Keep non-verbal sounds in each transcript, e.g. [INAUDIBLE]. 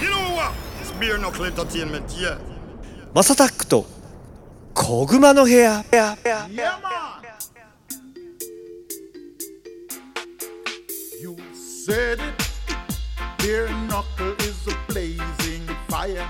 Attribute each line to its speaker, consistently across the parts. Speaker 1: You know what? It's beer knuckle entertainment, yeah.
Speaker 2: マサタックと小熊の部屋部屋部屋
Speaker 1: Yeah, man. You said it. Beer knuckle is a blazing fire.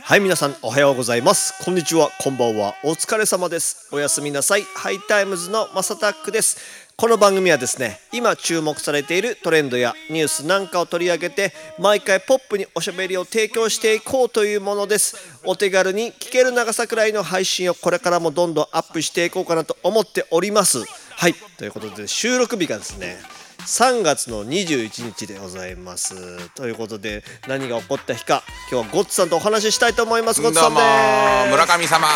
Speaker 2: はい皆さんおはようございますこんにちはこんばんはお疲れ様ですおやすみなさいハイタイムズのマサタックですこの番組はですね今注目されているトレンドやニュースなんかを取り上げて毎回ポップにおしゃべりを提供していこうというものですお手軽に聞ける長さくらいの配信をこれからもどんどんアップしていこうかなと思っておりますはいということで収録日がですね3月の21日でございます。ということで何が起こった日か今日はゴッツさんとお話ししたいと思います。ゴッツ
Speaker 3: ど
Speaker 2: さ
Speaker 3: うんも
Speaker 2: で
Speaker 3: ー
Speaker 2: す。
Speaker 3: 村
Speaker 2: [LAUGHS]
Speaker 3: 上様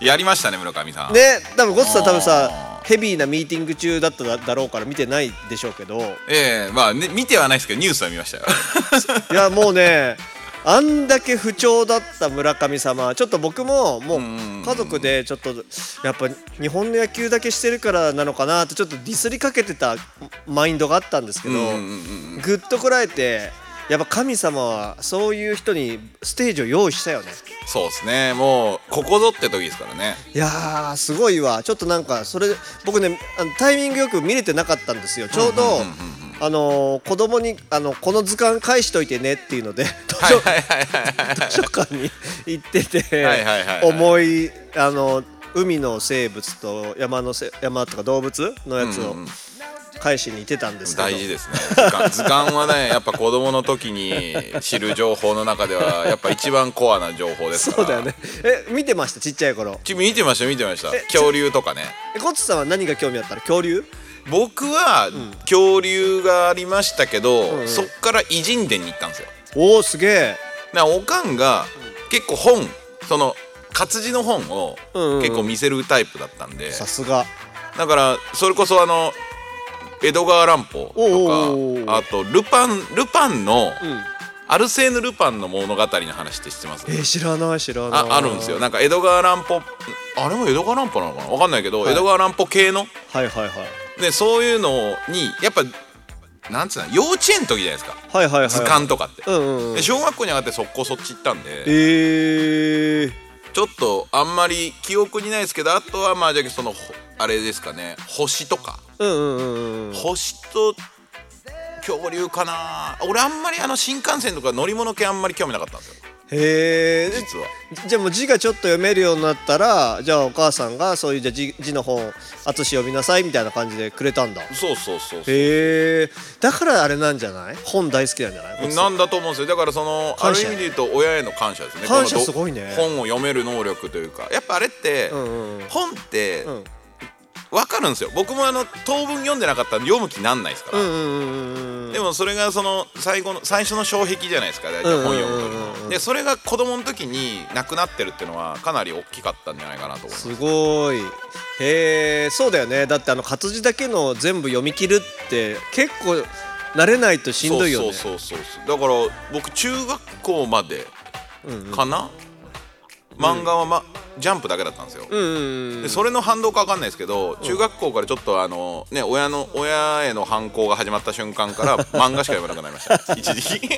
Speaker 3: やりましたね村上さん、
Speaker 2: ね、多分ゴッツさん多分さヘビーなミーティング中だっただだろうから見てないでしょうけど、
Speaker 3: ええまあ、ね、見てはないですけどニュースは見ま
Speaker 2: [LAUGHS]
Speaker 3: したよ
Speaker 2: いやもうね。あんだけ不調だった村上様ちょっと僕ももう家族でちょっとやっぱ日本の野球だけしてるからなのかなってちょっとディスりかけてたマインドがあったんですけど、
Speaker 3: うんうんうん
Speaker 2: ぐっとこらえてやっぱ神様はそういう人にステージを用意したよね
Speaker 3: そうですねもうここぞって時ですからね
Speaker 2: いやーすごいわちょっとなんかそれ僕ねあのタイミングよく見れてなかったんですよちょうど、あのー子供にあのこの図鑑返しといてねっていうので図書図書館に行ってて
Speaker 3: はいはいはいはい
Speaker 2: 重いあの海の生物と山のせ山とか動物のやつを返しに行ってたんですけど、
Speaker 3: 大事ですね図鑑図鑑はねやっぱ子供の時に知る情報の中ではやっぱ一番コアな情報ですか
Speaker 2: そ
Speaker 3: ら
Speaker 2: うだよねえ見てましたちっちゃい頃
Speaker 3: ち見てました見てました
Speaker 2: え
Speaker 3: 恐竜とかね
Speaker 2: えコッツさんは何が興味あったの恐竜
Speaker 3: 僕は恐竜がありましたけど、
Speaker 2: うん
Speaker 3: そっから偉人伝に行ったんですよ
Speaker 2: おおすげえ
Speaker 3: なおかんが結構本その活字の本を
Speaker 2: うんうんうん
Speaker 3: 結構見せるタイプだったんで、
Speaker 2: さすが
Speaker 3: だからそれこそあの江戸川乱歩
Speaker 2: おうおうおう
Speaker 3: とかあとルパンルパンの、
Speaker 2: ん
Speaker 3: アルセーヌ・ルパンの物語の話って知ってます
Speaker 2: えー、知らない知らない
Speaker 3: ああるんですよなんか江戸川乱歩あれも江戸川乱歩なのかなわかんないけど、
Speaker 2: はい
Speaker 3: 江戸川乱歩系の
Speaker 2: はいはいはい
Speaker 3: でそういうのにやっぱなんつうの幼稚園の時じゃないですか
Speaker 2: はいはいはい
Speaker 3: 図鑑とかって、
Speaker 2: うんうんうん
Speaker 3: で小学校に上がって速攻そっち行ったんで
Speaker 2: えー、
Speaker 3: ちょっとあんまり記憶にないですけどあとはまあじゃあそのほあれですかね星とか
Speaker 2: うんうんうんうん
Speaker 3: 星と恐竜かな俺あんまりあの新幹線とか乗り物系あんまり興味なかったんですよ
Speaker 2: へえ
Speaker 3: 実は
Speaker 2: じゃあもう字がちょっと読めるようになったらじゃあお母さんがそういうじゃあ字字の本淳読みなさいみたいな感じでくれたんだ
Speaker 3: そうそうそうそう
Speaker 2: へえだからあれなんじゃない本大好きなんじゃない
Speaker 3: なんだと思うんですよだからそのあ
Speaker 2: 感
Speaker 3: る
Speaker 2: 謝
Speaker 3: 意味で言うと親への感謝ですね
Speaker 2: 感謝
Speaker 3: このど
Speaker 2: すごいね
Speaker 3: 本を読める能力というかやっぱあれって、
Speaker 2: うんうんうん
Speaker 3: 本って
Speaker 2: うん
Speaker 3: 分かるんですよ僕もあの当分読んでなかったら読む気なんないですから、
Speaker 2: うんうんうんうんうん
Speaker 3: でもそれがその最後の最初の障壁じゃないですか大体本読む
Speaker 2: うんうんうんうんう
Speaker 3: 時
Speaker 2: ん
Speaker 3: のでそれが子供の時になくなってるっていうのはかなり大きかったんじゃないかなと思います
Speaker 2: すごいへえそうだよねだってあの活字だけの全部読み切るって結構慣れないとしんどいよね
Speaker 3: そうそうそうそうだから僕中学校までかな、漫画は、まジャンプだけだったんですよ、
Speaker 2: うんうんうん
Speaker 3: でそれの反動か分かんないですけど中学校からちょっとあのね親の親への反抗が始まった瞬間 [LAUGHS] から漫画しか読まなくなりました一時期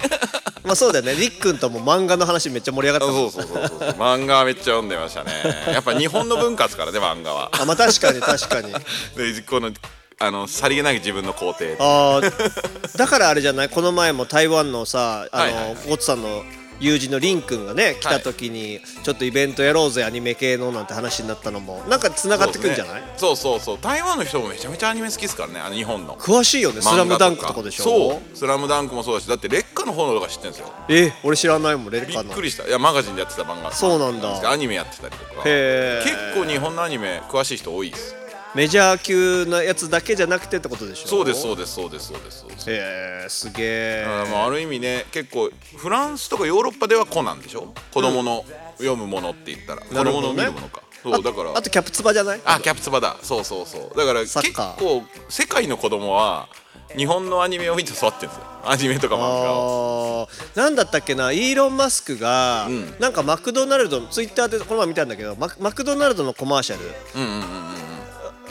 Speaker 2: まあそうだよねりっくんとも漫画の話めっちゃ盛り上がった
Speaker 3: あ
Speaker 2: もん
Speaker 3: [LAUGHS] そうそうそうそう漫画はめっちゃ読んでましたねやっぱ日本の文化ですからね漫画は
Speaker 2: あまあ確かに確かに
Speaker 3: でこのあのさりげなく自分の肯定
Speaker 2: あーだからあれじゃないこの前も台湾のさあの、
Speaker 3: はいはいはい
Speaker 2: ゴッツさんの友人のりんくんがね来た時に、ちょっとイベントやろうぜアニメ系のなんて話になったのもなんかつながってくんじゃない、
Speaker 3: そうそうそう台湾の人もめちゃめちゃアニメ好きですからねあの日本の
Speaker 2: 詳しいよね「スラムダンクとかでしょ
Speaker 3: そう「スラムダンクもそうだしだって劣化の方のとか知ってるんですよ
Speaker 2: え俺知らないもんレッ
Speaker 3: び
Speaker 2: カ
Speaker 3: っ
Speaker 2: の
Speaker 3: くりしたいやマガジンでやってた漫画
Speaker 2: そうなんだ
Speaker 3: ですけどアニメやってたりとか
Speaker 2: へ
Speaker 3: 結
Speaker 2: ー
Speaker 3: 構日本のアニメ詳しい人多いです
Speaker 2: メジャー級なやつだけじゃなくてってことでしょ
Speaker 3: そうですそううですそうですそうですそうです
Speaker 2: へえすげえ
Speaker 3: だからまあある意味ね結構フランスとかヨーロッパではコナンでしょ子供の読むものって言ったら子
Speaker 2: なるほ
Speaker 3: 供
Speaker 2: ど
Speaker 3: の
Speaker 2: ね
Speaker 3: 見るものかそうだから
Speaker 2: あとキャプツバじゃない
Speaker 3: あキャプツバだそうそうそうだから
Speaker 2: サ
Speaker 3: 結
Speaker 2: ッカー
Speaker 3: 構世界の子供は日本のアニメを見て育ってるんですよアニメとか漫画を
Speaker 2: あーなんだったっけなイーロン・マスクが、
Speaker 3: ん
Speaker 2: なんかマクドナルドのツイッターでこの前見たんだけどママクドナルドのコマーシャル、
Speaker 3: うんうんうんうん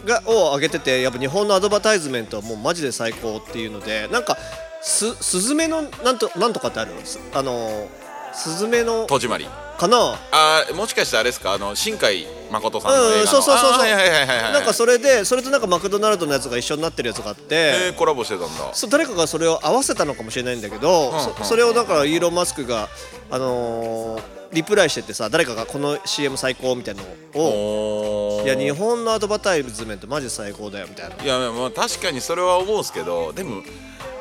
Speaker 2: がを上げててやっぱ日本のアドバタイズメントはもうマジで最高っていうのでなんかすスズメのなんとなんとかってあるすあのスズメの
Speaker 3: 戸締まり
Speaker 2: かな
Speaker 3: あーもしかしてあれですかあの新海誠さんの映画の、
Speaker 2: うんそうそうそう
Speaker 3: あ
Speaker 2: そ
Speaker 3: ー
Speaker 2: う
Speaker 3: はいはいはいはいはい
Speaker 2: なんかそれでそれとなんかマクドナルドのやつが一緒になってるやつがあって、
Speaker 3: えーコラボしてたんだ
Speaker 2: そう誰かがそれを合わせたのかもしれないんだけど、
Speaker 3: うんうん
Speaker 2: そそれをだからイーロン・マスクが、あのーリプライしてってさ誰かがこの CM 最高みたいなのを
Speaker 3: おー
Speaker 2: いや日本のアドバタイズメントマジ最高だよみたいない
Speaker 3: やまあ確かにそれは思うんですけどでも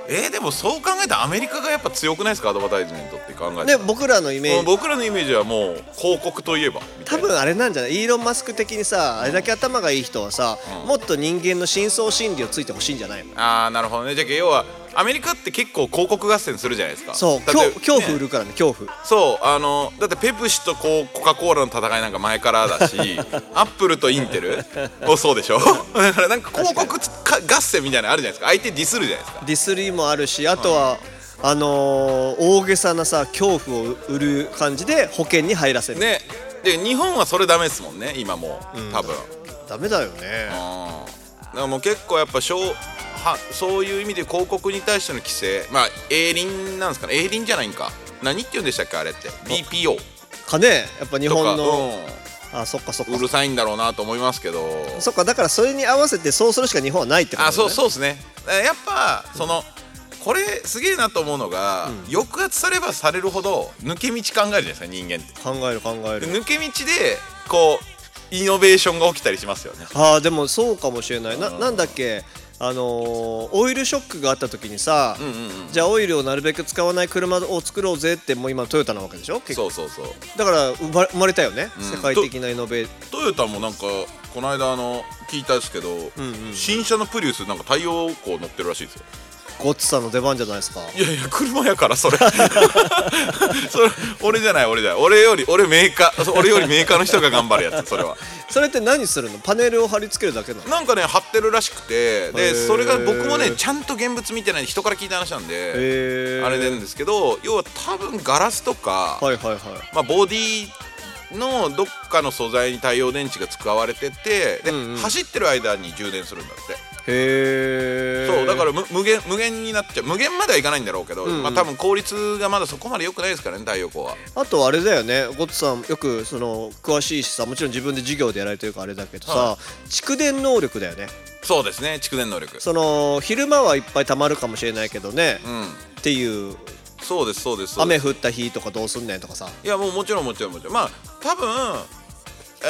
Speaker 3: えーでもそう考えたらアメリカがやっぱ強くないですかアドバタイズメントって考え
Speaker 2: で
Speaker 3: て
Speaker 2: 僕らのイメージ
Speaker 3: 僕らのイメージはもう広告といえばみた
Speaker 2: 多
Speaker 3: いな
Speaker 2: 分あれなんじゃないイーロン・マスク的にさあれだけ頭がいい人はさ、
Speaker 3: うん
Speaker 2: もっと人間の深層心理をついてほしいんじゃないの
Speaker 3: ああなるほどねじゃあ要はアメリカって結構広告合戦するじゃないですか
Speaker 2: そう
Speaker 3: だって
Speaker 2: 恐恐怖
Speaker 3: ね
Speaker 2: 売るからね恐怖
Speaker 3: そうあのだってペプシとこうコカ・コーラの戦いなんか前から
Speaker 2: [LAUGHS]
Speaker 3: だしアップルとインテルもそうでしょ [LAUGHS] だからなんか広告か合戦みたいなのあるじゃないですか相手ディスるじゃないですか
Speaker 2: ディスリーもあるしあとは、あのー大げさなさ恐怖を売る感じで保険に入らせる、
Speaker 3: ねで日本はそれダメですもんね今もう多分、
Speaker 2: ダメだよね
Speaker 3: あーだからもう結構やっぱしょうはそういう意味で広告に対しての規制まあ営林なんですかね営林じゃないんか何って言うんでしたっけあれって BPO
Speaker 2: かねやっぱ日
Speaker 3: とか
Speaker 2: 本のあそっかそっ
Speaker 3: うん、う
Speaker 2: か
Speaker 3: るさいんだろうなと思いますけど
Speaker 2: そっかだからそれに合わせてそうするしか日本はないってこと
Speaker 3: あ
Speaker 2: だね
Speaker 3: そうそうですねえやっぱそのこれすげえなと思うのが、抑圧さればされるほど抜け道考えるじゃないですか人間って
Speaker 2: 考える考え
Speaker 3: で
Speaker 2: る
Speaker 3: 抜け道でこうイノベーションが起きたりしますよね
Speaker 2: あーでもそうかもしれないななんだっけあのーオイルショックがあった時にさ、
Speaker 3: うんうんうん
Speaker 2: じゃあオイルをなるべく使わない車を作ろうぜってもう今トヨタなわけでしょ結構
Speaker 3: そうそうそう
Speaker 2: だから生まれ生まれたよね、
Speaker 3: うん
Speaker 2: 世界的なイノベー
Speaker 3: トヨタもなんかこの間あの聞いたんですけど、
Speaker 2: んうん
Speaker 3: 新車のプリウスなんか太陽光乗ってるらしいですよ
Speaker 2: ゴッツさんの出番じゃないですか
Speaker 3: いやいや車やから [LAUGHS] それそれ俺じゃない俺じゃない俺より俺メーカーそう俺よりメーカーの人が頑張るやつそれは
Speaker 2: それって何するのパネルを貼り付けるだけなの
Speaker 3: なんかね貼ってるらしくて
Speaker 2: へー
Speaker 3: でそれが僕もねちゃんと現物見てない人から聞いた話なんで、
Speaker 2: へー
Speaker 3: あれなんですけど要は多分ガラスとか、
Speaker 2: はいはいはい
Speaker 3: まあ、ボディのどっかの素材に太陽電池が使われててで、
Speaker 2: うんうん
Speaker 3: 走ってる間に充電するんだって
Speaker 2: へえ
Speaker 3: そうだからむ無限無限になっちゃう無限まではいかないんだろうけど、
Speaker 2: うんうん
Speaker 3: まあ、多分効率がまだそこまで良くないですからね太陽光は
Speaker 2: あとあれだよねゴッツさんよくその詳しいしさもちろん自分で授業でやられてるからあれだけどさ、
Speaker 3: は
Speaker 2: 蓄電能力だよね
Speaker 3: そうですね蓄電能力
Speaker 2: その昼間はいっぱい溜まるかもしれないけどね、
Speaker 3: うん
Speaker 2: っていう
Speaker 3: そうですそうですそうで
Speaker 2: 雨
Speaker 3: す
Speaker 2: 降った日とかどうすんねんとかさ
Speaker 3: いやもうもちろんもちろんもちろんまあ多分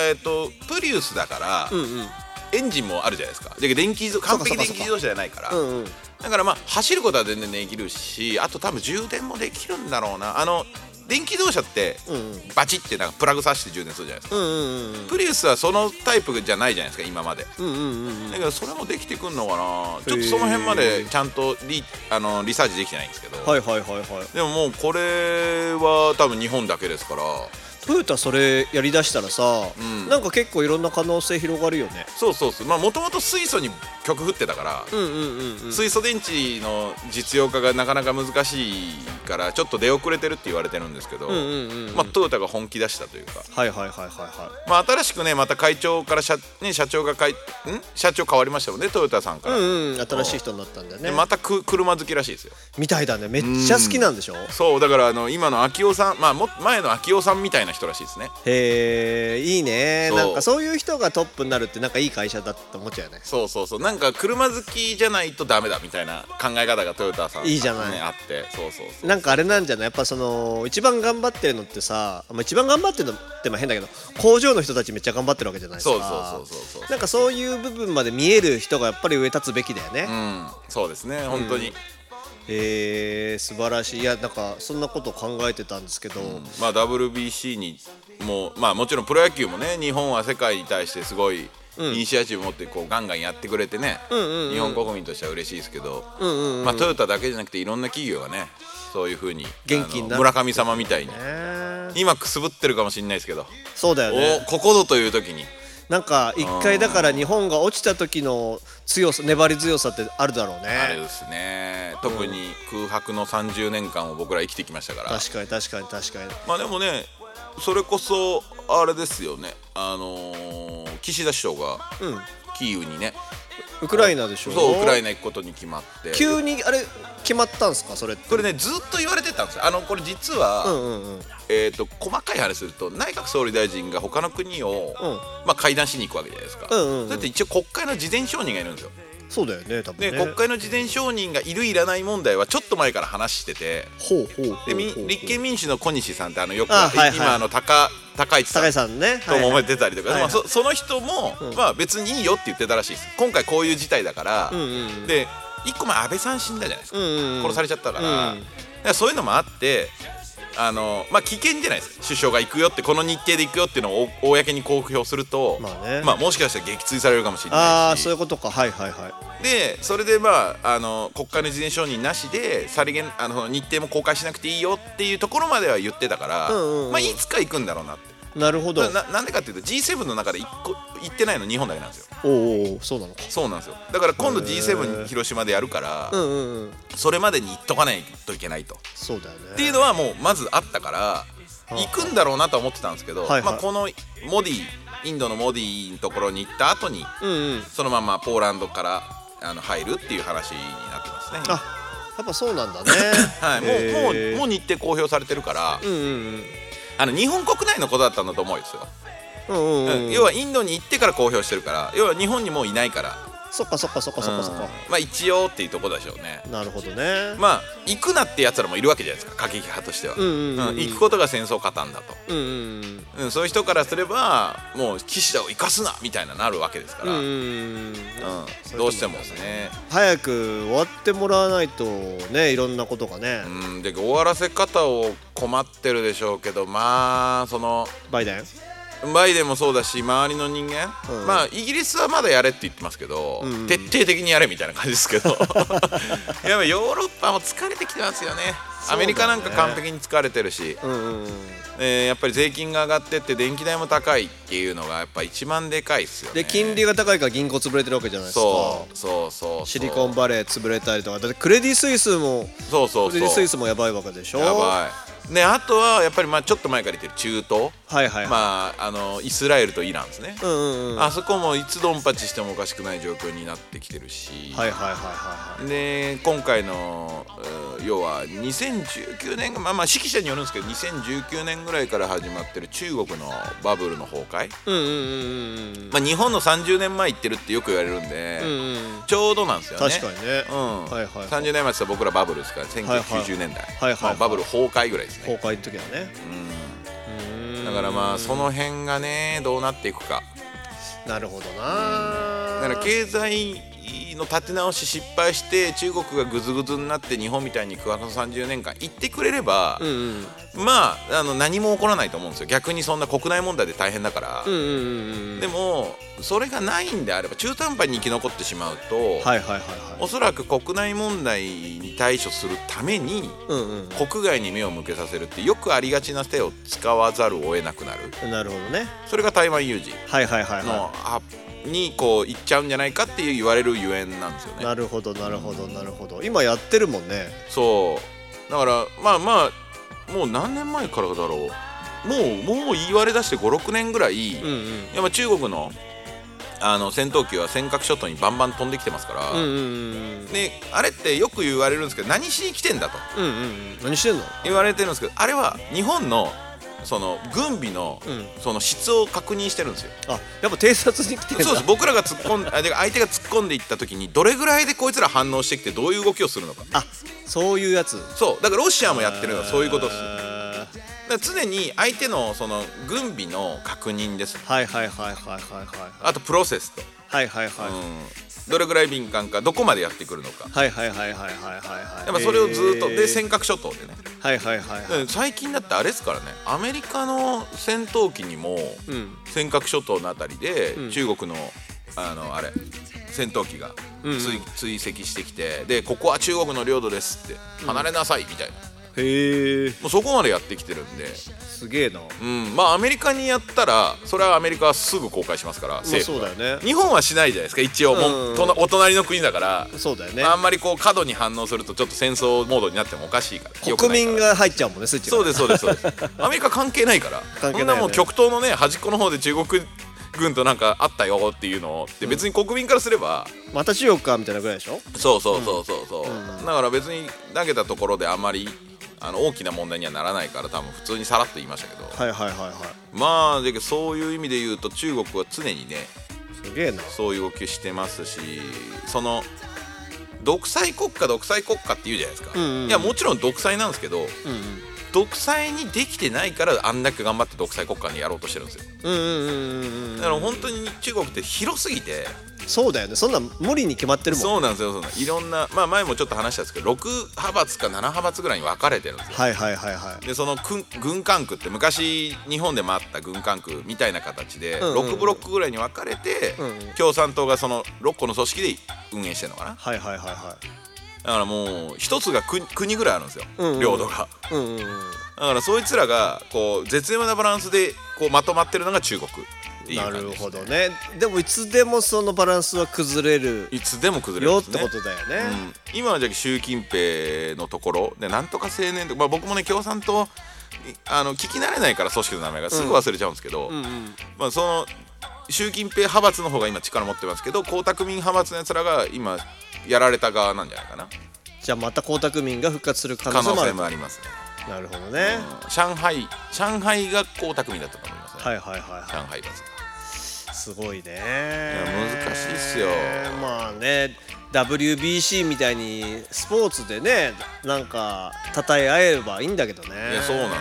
Speaker 3: えっ、とプリウスだから、
Speaker 2: うんうん
Speaker 3: エンジンもあるじゃないですかだけど電気自動完璧
Speaker 2: そうかそうか
Speaker 3: 電気自動車じゃないから
Speaker 2: うんうん
Speaker 3: だからまあ走ることは全然できるしあと多分充電もできるんだろうなあの電気自動車って
Speaker 2: うんうん
Speaker 3: バチってなんかプラグ挿して充電するじゃないですか
Speaker 2: うんうんうん
Speaker 3: プリウスはそのタイプじゃないじゃないですか今まで
Speaker 2: うんうんうん
Speaker 3: だけどそれもできてくんのかなちょっとその辺までちゃんとリあのリサーチできてないんですけど、
Speaker 2: はいはいはいはい
Speaker 3: でももうこれは多分日本だけですから
Speaker 2: トヨタそれやりだしたらさ、
Speaker 3: ん
Speaker 2: なんか結構いろんな可能性広がるよね
Speaker 3: そうそうそうまあもともと水素に曲振ってたから、
Speaker 2: うんうんうんうん
Speaker 3: 水素電池の実用化がなかなか難しいからちょっと出遅れてるって言われてるんですけど、
Speaker 2: うんうんうんうん
Speaker 3: まあ、トヨタが本気出したというか、
Speaker 2: はいはいはいはいは
Speaker 3: まあ、新しくねまた会長から社,、ね、社長がかいん社長変わりましたもんねトヨタさんから、
Speaker 2: いうんうん新しい人になったんだよね
Speaker 3: でまたく車好きらしいですよ
Speaker 2: みたいだねめっちゃ好きなんでしょ
Speaker 3: そうだからあの今の秋夫さん、まあ、も前の秋夫さんみたいな人らしいですね
Speaker 2: へえいいね
Speaker 3: そう
Speaker 2: なんかそういう人がトップになるってなんかいい会社だって思っちゃうよね
Speaker 3: そうそうそうなんか車好きじゃないとダメだみたいな考え方がトヨタさん
Speaker 2: いいじゃない
Speaker 3: ね、あってそうそうそう
Speaker 2: なんかあれなんじゃないやっぱその一番頑張ってるのってさまあ一番頑張ってるのってまあ変だけど工場の人たちめっちゃ頑張ってるわけじゃないですか
Speaker 3: そうそうそうそうそう
Speaker 2: なんかそういう部分まで見える人がやっぱり上立つべきだよね、
Speaker 3: うんそうですね本当に、
Speaker 2: うんへえ素晴らしいいやなんかそんなこと考えてたんですけど、
Speaker 3: まあ WBC にもまあもちろんプロ野球もね日本は世界に対してすごいイニシアチブ持ってこうガンガンやってくれてね、日本国民としては嬉しいですけど、まあ、トヨタだけじゃなくていろんな企業がねそういうふうに
Speaker 2: 元気にな
Speaker 3: あの
Speaker 2: る
Speaker 3: 村上様みたいに
Speaker 2: えー
Speaker 3: 今くすぶってるかもしれないですけど、
Speaker 2: そうだよね
Speaker 3: おここぞという時に
Speaker 2: なんか一回だから日本が落ちた時の強さ粘り強さってあるだろう
Speaker 3: あれ
Speaker 2: ね
Speaker 3: ですね特に空白の30年間を僕ら生きてきましたから
Speaker 2: 確かに確かに確かに
Speaker 3: まあでもねそれこそあれですよねあのー岸田首相が
Speaker 2: うん
Speaker 3: 昨キーウにね
Speaker 2: ウクライナでしょ
Speaker 3: そうウクライナ行くことに決まって
Speaker 2: 急にあれ決まったんですかそれって
Speaker 3: これねずっと言われてたんですよあのこれ実は、
Speaker 2: うんうんうん
Speaker 3: えー、と細かい話すると内閣総理大臣が他の国を、
Speaker 2: うん
Speaker 3: まあ、会談しに行くわけじゃないですか、
Speaker 2: うんうんうん
Speaker 3: それって一応国会の事前承認がいるんですよ
Speaker 2: そうだよね多分
Speaker 3: で、
Speaker 2: ね
Speaker 3: 国会の事前承認がいるいらない問題はちょっと前から話してて
Speaker 2: ほうほうほうほう
Speaker 3: でみ立憲民主の小西さんってあのよく
Speaker 2: あはいはい
Speaker 3: 今あの高高市さ
Speaker 2: 高
Speaker 3: ん
Speaker 2: 井さんね
Speaker 3: ともめてたりとか、
Speaker 2: はいはい
Speaker 3: まあ、そその人も、まあ、別にいいよって言ってたらしいです今回こういう事態だから、
Speaker 2: うんうんうん
Speaker 3: で1個前安倍さん死んだじゃないですか、
Speaker 2: うんうんうん
Speaker 3: 殺されちゃったから,、
Speaker 2: うん
Speaker 3: だからそういうのもあってあの、まあ、危険じゃないですか首相が行くよってこの日程で行くよっていうのをお公に公表すると、
Speaker 2: まあね
Speaker 3: もしかしたら撃墜されるかもしれ
Speaker 2: あ
Speaker 3: な
Speaker 2: あ
Speaker 3: いし
Speaker 2: そういうことかはいはいは
Speaker 3: でそれでまああの国会の事前承認なしでさりげんあの日程も公開しなくていいよっていうところまでは言ってたから、
Speaker 2: うんうんうん
Speaker 3: まあ、いつか行くんだろうなっ
Speaker 2: い
Speaker 3: て。
Speaker 2: なるほど
Speaker 3: ななんでかっていうと G7 の中で一個行ってないの日本だけなんですよ
Speaker 2: おうおうそうなのか
Speaker 3: そうなんですよだから今度
Speaker 2: へー
Speaker 3: G7 広島でやるから、
Speaker 2: うんうんうん
Speaker 3: それまでに行っとかないといけないと、
Speaker 2: そうだよね
Speaker 3: っていうのはもうまずあったから
Speaker 2: は
Speaker 3: 行くんだろうなとは思ってたんですけど、
Speaker 2: はいはい
Speaker 3: まあ、このモディインドのモディのところに行った後に
Speaker 2: うんうん
Speaker 3: そのままポーランドからあの入るっていう話になってますね
Speaker 2: あやっぱそうなんだね
Speaker 3: [LAUGHS] はい、もう
Speaker 2: へー
Speaker 3: もうもう日程公表されてるから、
Speaker 2: うんうん
Speaker 3: あの日本国内のことだったんだと思うんですよ、
Speaker 2: うんうんうんうん
Speaker 3: 要はインドに行ってから公表してるから要は日本にもういないから
Speaker 2: そっかそっかそっかそっかそっか
Speaker 3: うんまあ一応っていうとこでしょうね
Speaker 2: なるほどね
Speaker 3: まあ行くなってやつらもいるわけじゃないですか過激派としては、
Speaker 2: うんうんうんうん
Speaker 3: 行くことが戦争を勝たんだ
Speaker 2: うんうんうん
Speaker 3: と、うん、そういう人からすればもう岸田を生かすなみたいななるわけですから、
Speaker 2: う
Speaker 3: うん
Speaker 2: ん
Speaker 3: どうしてもですね、
Speaker 2: 早く終わってもらわないとねいろんなことがね
Speaker 3: うん、で終わらせ方を困ってるでしょうけどまあその
Speaker 2: バイデン
Speaker 3: バイデンもそうだし周りの人間、
Speaker 2: うん
Speaker 3: まあイギリスはまだやれって言ってますけど、
Speaker 2: うん
Speaker 3: 徹底的にやれみたいな感じですけど
Speaker 2: [LAUGHS]
Speaker 3: やっぱヨーロッパも疲れてきてますよね
Speaker 2: そうだね
Speaker 3: アメリカなんか完璧に疲れてるし、
Speaker 2: うんうんうん
Speaker 3: えーやっぱり税金が上がってって電気代も高いっていうのがやっぱ一番でかいっすよね
Speaker 2: で金利が高いから銀行潰れてるわけじゃないですか
Speaker 3: そうそうそうそう
Speaker 2: シリコンバレー潰れたりとかだってクレディ・スイスも
Speaker 3: そうそう
Speaker 2: クレディ・ス
Speaker 3: そ
Speaker 2: イ
Speaker 3: う
Speaker 2: スもやばいわけでしょ
Speaker 3: やばいねあとはやっぱりまあちょっと前から言ってる中東
Speaker 2: はいはいはい、
Speaker 3: まああのイスラエルとイランですね、
Speaker 2: うんうんうんはい
Speaker 3: あそこもいつドンパチしてもおかしくない状況になってきてるし、
Speaker 2: はいはいはいはい
Speaker 3: で今回のうん要は2019年まあまあ指揮者によるんですけど2019年ぐらいから始まってる中国のバブルの崩壊、
Speaker 2: うんうんうんうんうん
Speaker 3: まあ、日本の30年前行ってるってよく言われるんで、
Speaker 2: うんうん
Speaker 3: ちょうどなんですよね
Speaker 2: 確かにね
Speaker 3: うん
Speaker 2: はいはいはい
Speaker 3: 30年前って言ったら僕らバブルですから1990年代、
Speaker 2: はいはいはい
Speaker 3: まあ、バブル崩壊ぐらいですね、
Speaker 2: 崩壊の時はね
Speaker 3: うん、だからまあその辺がねどうなっていくか
Speaker 2: なるほどな
Speaker 3: だから経済の立て直し失敗して中国がぐずぐずになって日本みたいにこの30年間行ってくれれば、
Speaker 2: うんうん
Speaker 3: まああの何も起こらないと思うんですよ逆にそんな国内問題で大変だから、
Speaker 2: うんうんうんうん
Speaker 3: でもそれがないんであれば中途半端に生き残ってしまうと、
Speaker 2: はいはいはいは
Speaker 3: お
Speaker 2: い
Speaker 3: そらく国内問題に対処するために
Speaker 2: うんうん
Speaker 3: 国外に目を向けさせるってよくありがちな手を使わざるを得なくなる
Speaker 2: なるほどね
Speaker 3: それが台湾有事
Speaker 2: はいはいはい
Speaker 3: の、
Speaker 2: は
Speaker 3: あにこう行っちゃうんじゃないかっていう言われるゆえんなんですよ
Speaker 2: い
Speaker 3: ね。
Speaker 2: なるほどなるほどなるほど今やってるもんね
Speaker 3: そうだからまあまあもう何年前からだろうもうもう言われだして56年ぐらい、
Speaker 2: うんうん
Speaker 3: やっぱ中国のあの戦闘機は尖閣諸島にバンバン飛んできてますから、
Speaker 2: うんうん
Speaker 3: であれってよく言われるんですけど何しに来てんだと
Speaker 2: うんうん何してんの
Speaker 3: 言われてるんですけどあれは日本のその軍備の、
Speaker 2: うん
Speaker 3: その質を確認してる
Speaker 2: [LAUGHS]
Speaker 3: んですよ。
Speaker 2: あやっぱ偵察に来てんだ
Speaker 3: そうです僕らが突っ込ん [LAUGHS] であで相手が突っ込んでいった時にどれぐらいでこいつら反応してきてどういう動きをするのか
Speaker 2: あそういうやつ
Speaker 3: そうだからロシアもやってるのはそういうことですだか
Speaker 2: へー
Speaker 3: ら常に相手のその軍備の確認です
Speaker 2: はいはいはいはいはいはい
Speaker 3: あとプロセスと、
Speaker 2: はいはいはい
Speaker 3: うん、どれぐらい敏感かどこまでやってくるのか
Speaker 2: はいはいはいはいはいはいはい
Speaker 3: やっぱそれをずっと、
Speaker 2: えー
Speaker 3: で尖閣諸島でね
Speaker 2: はいはいはいはい
Speaker 3: で最近だってあれですからねアメリカの戦闘機にも
Speaker 2: うん
Speaker 3: 尖閣諸島のあたりで、
Speaker 2: ん
Speaker 3: 中国のあのあれ戦闘機が
Speaker 2: うんうん
Speaker 3: 追,、追跡してきてでここは中国の領土ですって離れなさいみたいな、
Speaker 2: へえ
Speaker 3: もうそこまでやってきてるんで、
Speaker 2: すげえなま
Speaker 3: うん、まあアメリカにやったらそれはアメリカはすぐ公開しますから
Speaker 2: あ
Speaker 3: 政
Speaker 2: そ
Speaker 3: 府
Speaker 2: うだよね
Speaker 3: 日本はしないじゃないですか一応
Speaker 2: う
Speaker 3: も
Speaker 2: ん
Speaker 3: うとなお隣の国だから、
Speaker 2: そうだよね
Speaker 3: あんまりこう過度に反応するとちょっと戦争モードになってもおかしいから良く
Speaker 2: 国
Speaker 3: ないから
Speaker 2: 民が入っちゃうもんねスイッチが
Speaker 3: [LAUGHS] そうですそうですそうですアメリカ関係ないから
Speaker 2: 関係ないよね
Speaker 3: そんなもう極東のね端っこの方で中国軍となんかあったよっていうのをで別に国民からすれば、
Speaker 2: またしようかみたいなぐらいでしょ
Speaker 3: そうそうそうそうそう、だから別に投げたところであんまりあの大きな問題にはならないから多分普通にさらっと言いましたけど、
Speaker 2: はいはいはいはい
Speaker 3: まあだけどそういう意味で言うと中国は常にね
Speaker 2: すげえな
Speaker 3: そういう動きしてますしその独裁国家独裁国家って言うじゃないですか、
Speaker 2: んうんうん
Speaker 3: いやもちろん独裁なんですけど
Speaker 2: うんうん
Speaker 3: 独裁にできてないからあんだけ頑張って独裁国家にやろうとしてるんですよ
Speaker 2: うんうんうんうんうん
Speaker 3: だから本当に中国って広すぎて
Speaker 2: そうだよねそんなん無理に決まってるもん
Speaker 3: そうなんですよそうなんですいろんなまあ前もちょっと話したんですけど6派閥か7派閥ぐらいに分かれてるんですよ
Speaker 2: はいはいはいはい
Speaker 3: でその軍軍管区って昔日本でもあった軍管区みたいな形で
Speaker 2: うんうんうん
Speaker 3: 6ブロックぐらいに分かれて
Speaker 2: うんうん
Speaker 3: 共産党がその6個の組織で運営してるのかな
Speaker 2: はいはいはいは
Speaker 3: だからもう一つが国国ぐらいあるんですよ
Speaker 2: うんうん
Speaker 3: 領土が
Speaker 2: いうんうんうん
Speaker 3: だからそいつらがこう絶妙なバランスでこうまとまってるのが中国っていう
Speaker 2: な
Speaker 3: 感じです
Speaker 2: るほどねでもいつでもそのバランスは崩れる
Speaker 3: いつでも崩れる
Speaker 2: よ
Speaker 3: ん
Speaker 2: っ
Speaker 3: で
Speaker 2: て
Speaker 3: すね
Speaker 2: ことだよね、
Speaker 3: うん今はじゃあ習近平のところでなんとか青年とか、まあ、僕もね共産党いあの聞き慣れないから組織の名前がすぐ忘れちゃうんですけど、
Speaker 2: うんうん
Speaker 3: まあ、その習近平派閥の方が今力持ってますけど江沢民派閥のやつらが今やられた側なんじゃないかな
Speaker 2: じゃあまた江沢民が復活する可能
Speaker 3: 可
Speaker 2: 性
Speaker 3: 能
Speaker 2: もあ
Speaker 3: 性
Speaker 2: る
Speaker 3: もありますね、
Speaker 2: なるほどね、
Speaker 3: うん上海上海が江沢民だったと思いますね、
Speaker 2: はいはいはいは
Speaker 3: 上海閥
Speaker 2: いすごいね
Speaker 3: 難しいっすよ
Speaker 2: まあね WBC みたいにスポーツでねなんか称え合えればいいんだけどね
Speaker 3: いやそうなんで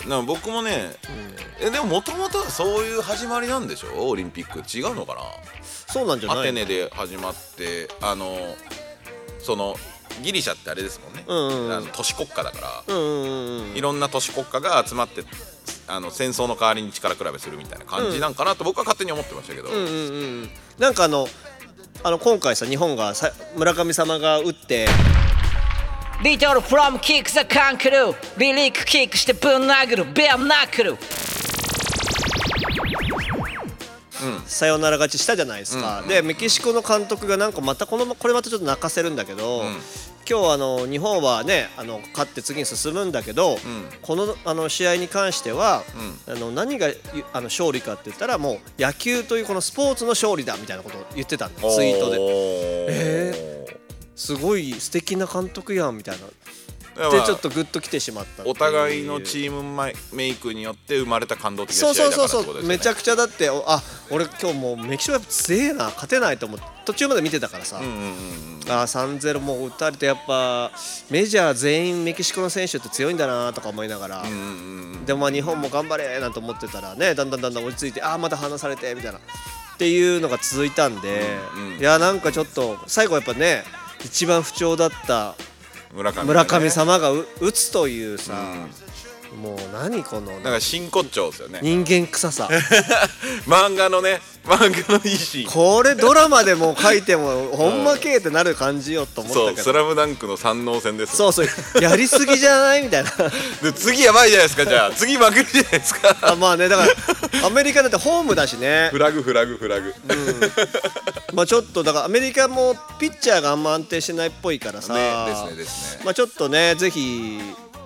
Speaker 3: すよなんか僕もね、えでももともとはそういう始まりなんでしょオリンピック違うのかな
Speaker 2: そうなんじゃない
Speaker 3: アテネで始まってあのそのギリシャってあれですもんね、
Speaker 2: うんうんうん
Speaker 3: あの都市国家だから、
Speaker 2: うんうんうん
Speaker 3: いろんな都市国家が集まってあの戦争の代わりに力比べするみたいな感じなんかなと僕は勝手に思ってましたけど、
Speaker 2: うんうんうんなんかあのあの今回さ日本がさ村上様が打って
Speaker 4: Little from kick the kangaroo リリックキックしてぶん殴るベアナックル
Speaker 2: サヨナラ勝ちしたじゃないですか、でメキシコの監督がなんかまたこのこれまたちょっと泣かせるんだけど、今日あの日本はねあの勝って次に進むんだけど、このあの試合に関しては、あの何がゆあの勝利かって言ったらもう野球というこのスポーツの勝利だみたいなことを言ってたんだよツイートで
Speaker 3: え
Speaker 2: すごい素敵な監督やんみたいなで
Speaker 3: で
Speaker 2: ちょっとグッときてしまったってう
Speaker 3: お互いのチームマイメイクによって生まれた感動的
Speaker 2: そ
Speaker 3: な
Speaker 2: う
Speaker 3: 試合
Speaker 2: そう
Speaker 3: だ
Speaker 2: そうそ
Speaker 3: からってこと
Speaker 2: う、
Speaker 3: ですよね
Speaker 2: めちゃくちゃだっておあ俺今日もうメキシコやっぱ強えな勝てないと思って途中まで見てたからさ、
Speaker 3: うんうんうん
Speaker 2: あー3-0もう打たれてやっぱメジャー全員メキシコの選手って強いんだなとか思いながら、でもまあ日本も頑張れなんて思ってたらねだんだんだんだん落ち着いてあーまた離されてみたいなっていうのが続いたんで、
Speaker 3: うんうん
Speaker 2: いやなんかちょっと最後やっぱね一番不調だった
Speaker 3: 村上,、
Speaker 2: 村上様がう打つというさ、もう何この
Speaker 3: だから真骨頂ですよね
Speaker 2: 人間臭さ
Speaker 3: 漫画のね漫画のいいシーン
Speaker 2: これドラマでも書いてもほんまけえってなる感じよと思った
Speaker 3: そう「
Speaker 2: けど、
Speaker 3: スラムダンクの三能戦です
Speaker 2: そうそうやりすぎじゃないみたいな
Speaker 3: で次やばいじゃないですかじゃあ次まくるじゃないです
Speaker 2: [LAUGHS] あ
Speaker 3: か
Speaker 2: まあねだからアメリカだってホームだしね
Speaker 3: フラグフラグフラグ、
Speaker 2: まあちょっとだからアメリカもピッチャーがあんま安定してないっぽいからさ、
Speaker 3: ねですねですね
Speaker 2: まあちょっとねぜひ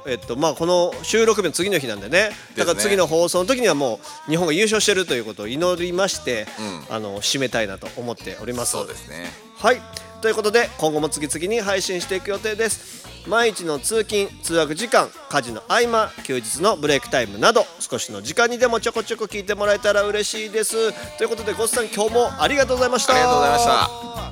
Speaker 2: えっとまあこの収録日の次の日なんでねだから
Speaker 3: ですね
Speaker 2: 次の放送の時にはもう日本が優勝してるということを祈りまして、あの締めたいなと思っております
Speaker 3: そうですね
Speaker 2: はいということで今後も次々に配信していく予定です毎日の通勤通学時間家事の合間休日のブレイクタイムなど少しの時間にでもちょこちょこ聞いてもらえたら嬉しいですということでゴスさん今日もありがとうございました
Speaker 3: ありがとうございました